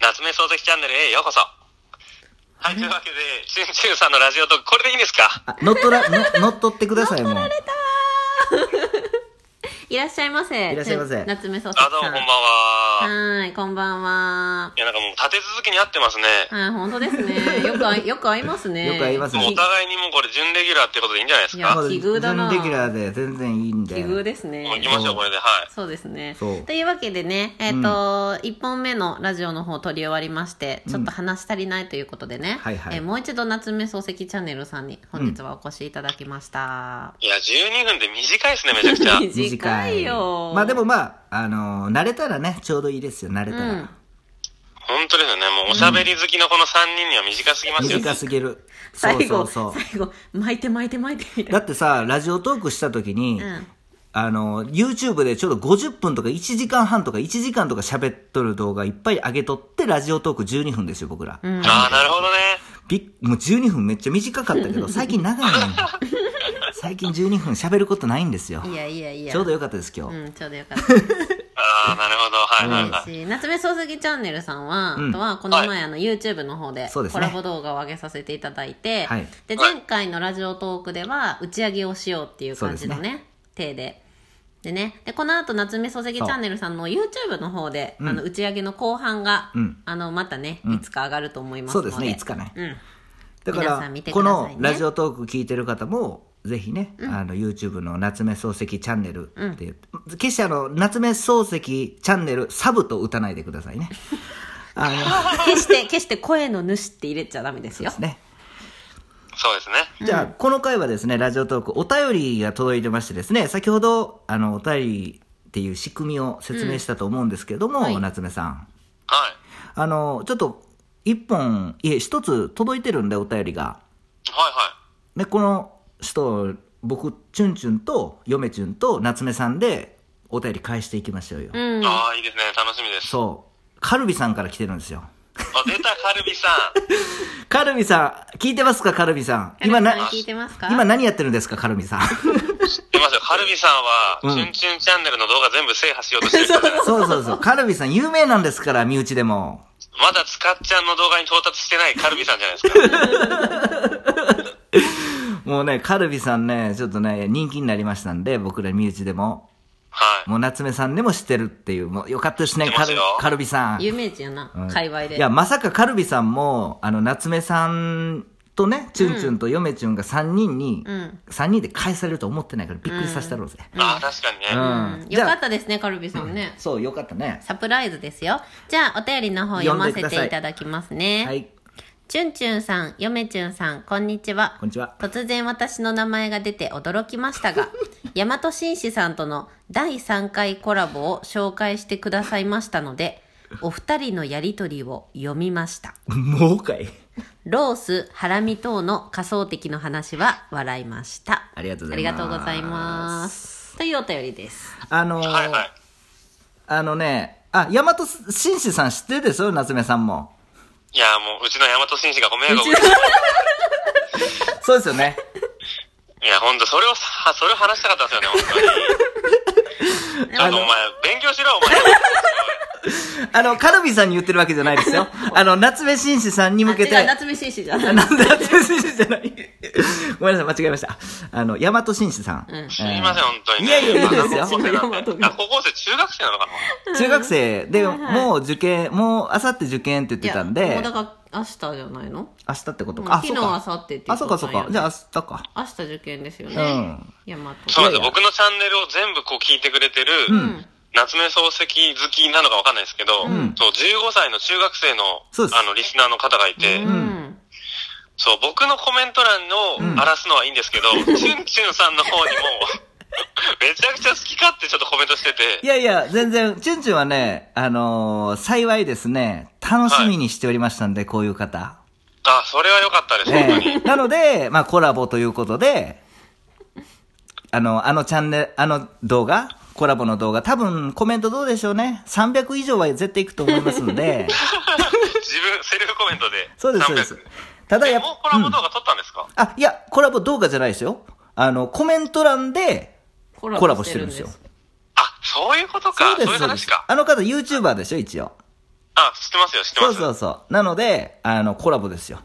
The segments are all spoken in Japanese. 夏目漱石チャンネルへようこそ。はい、というわけで、チュンチュンさんのラジオトーク、これでいいんですかあ、乗っ取ら、の乗っ取ってください、もう。いらっしゃいませ。いらっしゃいませ夏目漱石さあ、ん。どうもこんばんはは。ーい、こんばんは。いや、なんかもう立て続けに会ってますね。はい、本当です ね。よくあい、よく合いますね。よく合いますねもうおき互いにもうこれ準レギュラーってことでいいんじゃないですいやか。まだ奇遇だな準レギュラーで全然いいんで。奇遇ですもう行きね。ましょう、これで。はい。そうですね。そうというわけでね、えっ、と、一1本目のラジオの方撮り終わりまして、ちょっと話足りないということでね、はいはいえーもう一度夏目漱石チャンネルさんに本日はお越しいただきました。いや、12分で短いですね、めちゃくちゃ。短いよ。まあでもまあ、あのー慣れたらね、ちょうどいいですよ、慣れたら。本当ですよね。もうおしゃべり好きのこの3人には短すぎますよ。短すぎる。そう 最そ後うそう。最後、巻いて巻いて巻いてみたいだな。ってさ、ラジオトークした時に、うんあの、YouTube でちょうど50分とか1時間半とか1時間とか喋っとる動画いっぱい上げとって、ラジオトーク12分ですよ、僕ら。ああ、なるほどね。びっもう12分めっちゃ短かったけど、最近長い のよ。最近12分喋ることないんですよ。いやいやいや。ちょうどよかったです、今日。うん、ちょうどよかった。ああ、なるほど。はいはいはい。し夏目漱石チャンネルさんは、うんあとはこのは前あの YouTube の方でそうですコねラボ動画を上げさせていただいて、はいではい前回のラジオトークでは打ち上げをしようっていう感じのそうね手で。でね、でこの後夏目漱石チャンネルさんの YouTube の方で、あの打ち上げの後半が、うんあのまたね、いつか上がると思いますそのうでですね、いつかね。うんだか皆ら、さん見てくこださいねのラジオトーク聞いてる方も、ぜひね、あの、YouTube の夏目漱石チャンネルっていう、決してあの、夏目漱石チャンネルサブと打たないでください ね。あの、決して決して声の主って入れちゃダメですよですね。そうですね。じゃあ、この回はですね、ラジオトーク、お便りが届いてましてですね、先ほど、あの、お便りっていう仕組みを説明したと思うんですけども、うんはい夏目さん。はい。あの、ちょっと、一本、いえ、一つ届いてるんで、お便りが。はいはね、この人、僕、チュンチュンと、嫁チュンと、夏目さんで、お便り返していきましょうよ。うんい。ああ、いいですね。楽しみです。そう。カルビさんから来てるんですよ。あ、出た、カルビさん。カルビさん、聞いてますか、カルビさん。今今な、聞いてますか今何やってるんですか、カル ビさん。出ますよ。カルビさんは、うんチュンチュンチャンネルの動画全部制覇しようとしてる人じゃないそうそうそう。カルビさん、有名なんですから、身内でも。まだつかっちゃんの動画に到達してないカルビさんじゃない ですか。もうね、カルビさんね、ちょっとね、人気になりましたんで、僕ら身内でも。はい。もう夏目さんでも知ってるっていう、もうよかったですね、知ってカますルよカルビさん。有名人やな、うん界隈でいや、まさかカルビさんも、あの、夏目さんとね、チュンチュンと嫁チュンが3人に、うん三3人で返されると思ってないからびっくりさせたろうぜ。ああ、確かにね。うんうんじゃよあかったですねカルビさんね、そう、よかったね。サプライズですよ。じゃあ、お便りの方読ませていただきますね。はい、チュンチュンさん、ヨメチュンさん、こんにちはこ。んにちは。突然私の名前が出て驚きました が、大和紳士さんとの第3回コラボを紹介してくださいましたので、お二人のやりとりを読みました。もうかい。ロース、ハラミ等の仮想的の話は笑いました。ありがとうござあいります。がとうございます。というお便りです。あのーはいはい。あのね、あ、大和紳士さん知ってるでしょ、夏目さんも。いや、もう、うちの大和紳士がご迷惑を。いそうですよね。や、ほんと、それをさ、それを話したかったですよね、ほんと に。ちょあっとのお前、勉強しろ、お前。あの、カルビさんに言ってるわけじゃないです よ。あの、夏目紳士さんにあ向けて。違う、夏目紳士じゃない。なんで夏目紳士じゃないごめんなさい、間違えました。あの、大和紳士さん。うんすいません、本当に、ね。いやいやいいですよ高校生なんでうちの大和あ高校生、中学生なのかな中学生で、はいはいもう受験、もうあさって受験って言ってたんいやもでうだ、から明日じゃないの明日ってことうんか。あ、昨日そう明か。後日ってあ、そうかそうか。じゃああ明日か。明日受験ですよね、うん大和そうなんですいやいやよ。僕のチャンネルを全部こう聞いてくれてる、ん夏目漱石好きなのかわかんないですけど、んそう、15歳の中学生の、そうですあの、リスナーの方がいて、うんん、そう、僕のコメント欄を荒らすのはいいんですけ ど、チュンチュンさんの方にも、 めちゃくちゃ好き勝手ちょっとコメントしていて、やいや、全然、チュンチュンはね、あのー幸いですね、楽しみにしておりましたんで、こういう 方。あ、それは良かったです、本当に。ええなので、まあ、コラボということで、あの、あのチャンネル、あの動画、コラボの動画、多分コメントどうでしょうね。300以上は絶対いくと思いますの で、自分、セルフコメントで。そうです、そうです。ただ300。えやっもうコラボうん動画撮ったんですか、あ、いや、コラボ動画じゃないですよ。あの、コメント欄で、ココラボしてるんですよ。あ、そういうことか。そういうそうで話すか。あの方 YouTuber でしょ、一応。あ、知ってますよ、知ってそまうす。そうそう。なので、あの、コラボですよ。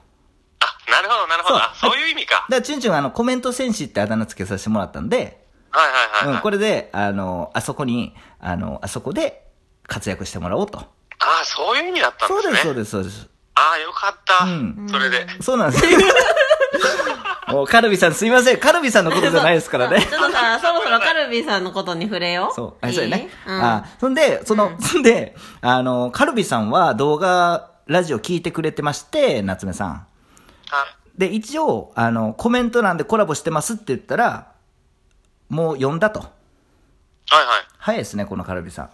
あ、なるほど、なるほど。そうあ、そういう意味か。だから、チュンチュンはあの、コメント戦士ってあだ名付けさせてもらったんで、はいはいはい、うはん、いこれで、あの、あそこに、あの、あそこで活躍してもらおうと。あ、そういう意味だったんそうですでね。す、そうです、そうです。ああ、よかった、うんそれで。そうなんです よ。もう、カルビさんすいません。カルビさんのことじゃないですからね。ちょっとさ、そろそろカルビーさんのことに触れよう。そう。あ、いいそうやね。うん、あ、そんで、その、そんで、あの、カルビさんは動画、ラジオ聞いてくれてまして、夏目さん。あで、一応、あの、コメント欄でコラボしてますって言ったら、もう呼んだと。はいはい。早いですね、このカルビさん。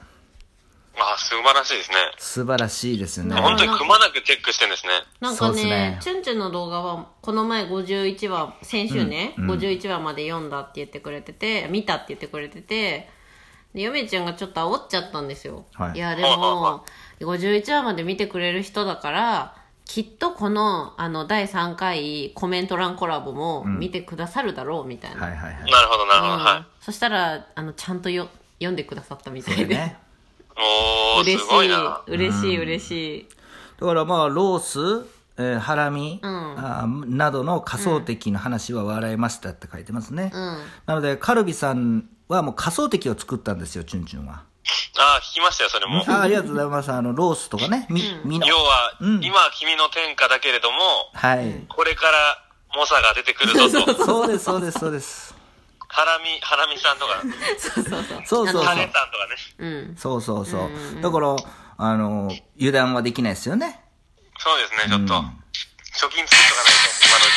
ああ、素晴らしいですね。素晴らしいですね。本当にくまなくチェックしてるんですね。なんかそうっねすねチュンチュンの動画はこの前51話先週ね、うんうん51話まで読んだって言ってくれてて見たって言ってくれててでヨメちゃんがちょっと煽っちゃったんですよ、はいやではいはも51話まで見てくれる人だからきっとこのあの第3回コメント欄コラボも見てくださるだろうみたいな、はいはいはい。なるほど、なるほど。うんはい。そしたらあのちゃんとよ読んでくださったみたいででね。おー、嬉すしごいいな。嬉しい嬉しいだからまあ、ロース、えーハラミ、うんあーなどの仮想敵の話は笑いましたって書いてますね。うんなので、カルビさんはもう仮想敵を作ったんですよ、チュンチュンは。ああ、聞きましたよ、それも。あありがとうございます。あの、ロースとかね、み、みの要。は、うん今は君の天下だけれども、はい。これから、猛者が出てくるぞと。そうです、そうです、そうです。ハラミ、ハラミさんとか、そうそうそうそうそうそうハネさんとかね。うんそうそうそう。だから、あの、油断はできないですよね。そうですね、ちょっと。うん貯金作っとかないと、今のう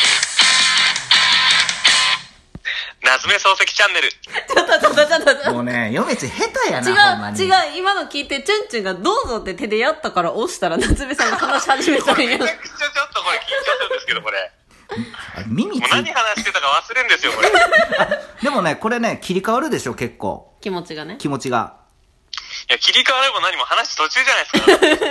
ちに。夏目漱石チャンネル。ちょっとちょっとちょっともう ね、嫁ち下手やな、ほんまに。違う、違う、今の聞いて、チュンチュンがどうぞって手でやったから押したら、夏目さんが話し始めたんめや ち。ゃくちゃちょっとこれ緊張するんですけど、これ。あ耳つもう何い話してたか忘れんですよ、これ。でもね、これね、切り替わるでしょ、結構。気持ちがね。気持ちが。いや、切り替われば何も話途中じゃないです か。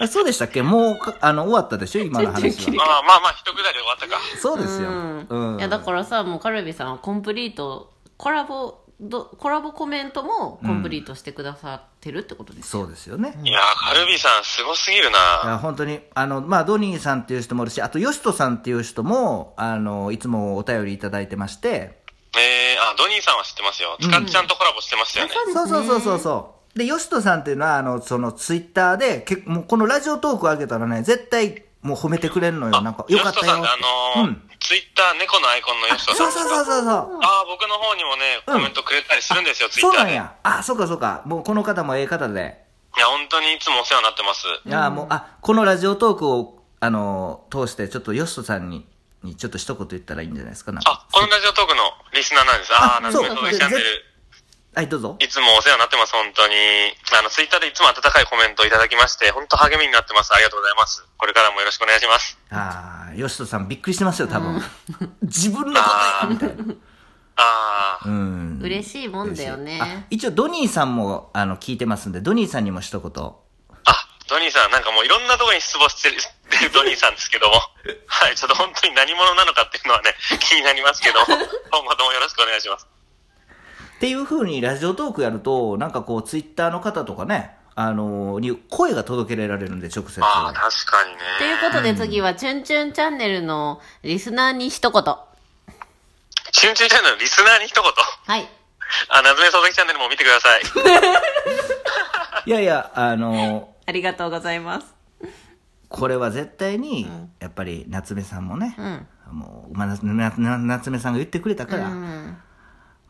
あそうでしたっけもうか、あの、終わったでしょ、今の全然切話りは。まあまあまあ、一くだり終わったか。そうですよ。うん。いや、だからさ、もうカルビさんはコンプリート、コラボ、どコラボコメントもコンプリートしてくださってるってことです。そうですよね。。いやー、カルビさん、すごすぎるないや本当にあの、まあ、ドニーさんっていう人もいるし、あと、ヨシトさんっていう人もあのいつもお便りいただいてまして、えー、あ、ドニーさんは知ってますよ。つかっちゃんとコラボしてましたよね。そうそうそうそうそう、で、ヨシトさんっていうのは、あのそのツイッターで結構、もうこのラジオトーク上げたらね、絶対もう褒めてくれるのよ、なんか、よかったヨシトよさんってあうのーん、ツイッター猫のアイコンのヨシトさそんうですそうかそうそうそう。ああ、僕の方にもね、うんコメントくれたりするんですよ、ツイッそうターなんで。いや、や。あ、そうかそうか。もうこの方もええ方で。本当にいつもお世話になってます。いや、もう、あ、このラジオトークを、あの、通して、ちょっとヨシトさんに、にちょっと一言言ったらいいんじゃないですか。なんかあ、このラジオトークのリスナーなんです。ああ、あなるそほうど、チャンネル。はい、どうぞ。いつもお世話になってます、本当に。あの、ツイッターでいつも温かいコメントいただきまして、本当励みになってます。ありがとうございます。これからもよろしくお願いします。ああ、吉人さんびっくりしてますよ、多分。自分のああ、みたいな。ああ、うん。嬉しいもんだよあね。一応、ドニーさんも、あの、聞いてますんで、ドニーさんにも一言。あ、ドニーさん、なんかもういろんなところに失望してる してるドニーさんですけども、はい、ちょっと本当に何者なのかっていうのはね、気になりますけど、 今後ともよろしくお願いします。っていう風に、ラジオトークやると、なんかこう、ツイッターの方とかね、あのーに声が届けられるんで、直接。ああ、確かにね。ということで次は、チュンチュンチャンネルのリスナーに一言。はチュンチュンチャンネルのリスナーに一言。い。あ、夏目漱石チャンネルも見てくだ さい。いやいや、あのーありがとうございます。これは絶対に、やっぱり、夏目さんもね、うん。もう、まあななな夏目さんが言ってくれたから、うん。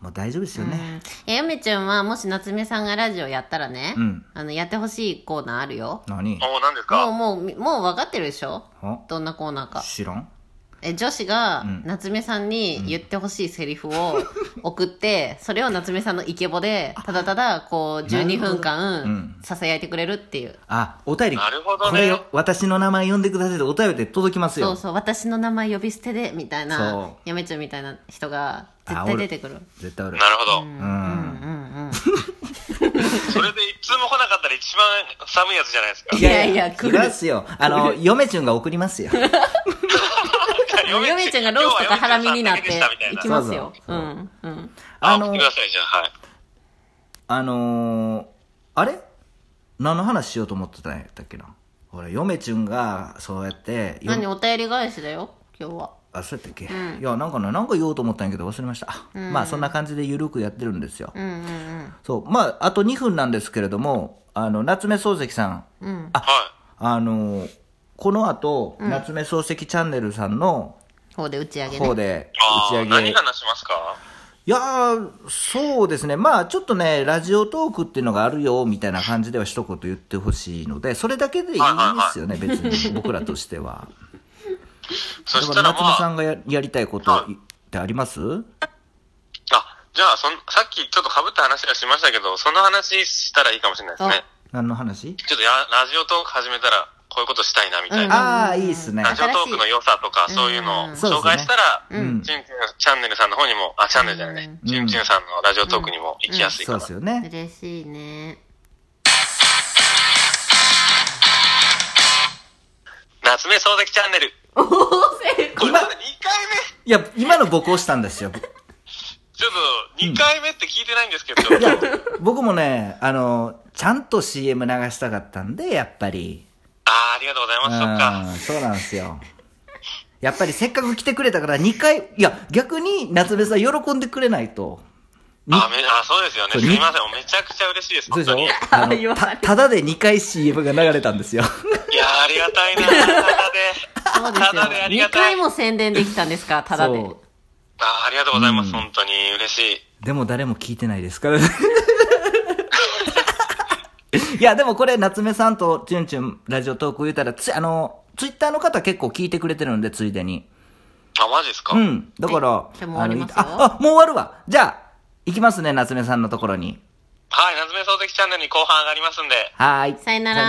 もう大丈夫ですよね。え、ヨメちゃんは、もし夏目さんがラジオやったらね、うんあの、やってほしいコーナーあるよ。何おお、何ですもう、かもう、もう分かってるでしょあどんなコーナーか。知らんえ、女子が、夏目さんに言ってほしいセリフを送って、それを夏目さんのイケボで、ただただ、こう、12なる分ほどうん間、ささやいてくれるっていう。あ、お便り。なるほどねこれよ、私の名前呼んでくださいってお便りで届きますよ。そうそう、私の名前呼び捨てで、みたいなそ、ヨメちゃんみたいな人が、あ絶対出てくる。絶対おる。なるほど。ううんん。うんそれで一通も来なかったら一番寒いやつじゃないですかうん。。いやいや、来来るま。すよ。あの、嫁ちゅんが送り ますよ。ヨメちゃんがロースとかハラミになって、今日はヨメちゃんだけでしたみたいいなきますよ。、そううそうんうん。ああ、送っのてく、ださい、じゃあ。はい。あのー、あれ何の話しようと思ってたんやったっけなほら嫁ちゅんがそうやってよ何お便り返しだよ今日はあそうやったっけ、うんいやなんかねなんか言おうと思ったんやけど忘れました、まあそんな感じでゆるくやってるんですよ、うんうんそうまああと2分なんですけれどもあの夏目漱石さんうんうんはあのこの後、夏目漱石チャンネルさんの方で打ち上げ方ねでい。あ打ちあー、上げ、何話しますかいやー、そうですね、まあちょっとね、ラジオトークっていうのがあるよみたいな感じでは一言言ってほしいので、それだけでいいですよね、別に、僕らとしては。 そだしかたらら夏ま目さあ、んがややりたいことってありますあ、じゃあそん、さっきちょっと被った話はしましたけど、その話したらいいかもしれないですね。何の話ちょっとやラジオトーク始めたら、こういうことしたいな、みたいな。ああ、いいですね。ラジオトークの良さとか、新しいそういうのをうんそうですね紹介したら、うチんュンチュンチャンネルさんの方にも、あ、チャンネルじゃないねう。んチュンチュンさんのラジオトークにも行きやすいかそうな。ですよね。嬉しいね夏目漱石チャンネル。おお成こ功れまだ2回目いや、今の僕をしたんですよ。ちょっと、2回目って聞いてないんですけど、いや、僕もね、あの、ちゃんと CM 流したかったんで、やっぱり。ああ、ありがとうございます。そっか。うんそうなんですよ。やっぱりせっかく来てくれたから2回、いや、逆に夏目さん喜んでくれないと。にあめあ、そうですよね。そすうみません。めちゃくちゃ嬉しいです。そう本でし当ょに。いあ 言わのなたいただで2回 CM が流れたんですよ。やー、ありがたいな。ただで。そうですたよだであり2がたい。回あも宣伝できたんです かただでそーありがとうございます。うん本当に嬉しい。う。でも誰も聞いてないですからね。 いや、でもこれ、夏目さんとチュンチュンラジオトーク言うたら、つあの、ツイッターの方結構聞いてくれてるんで、ついでに。あ、マジですか、うん。だから、はいじゃあもう終わりますよあのあ、あもう終わるわ。じゃあ、行きますね、夏目さんのところに。はい。夏目漱石チャンネルに後半上がりますんで。はーい。さよなら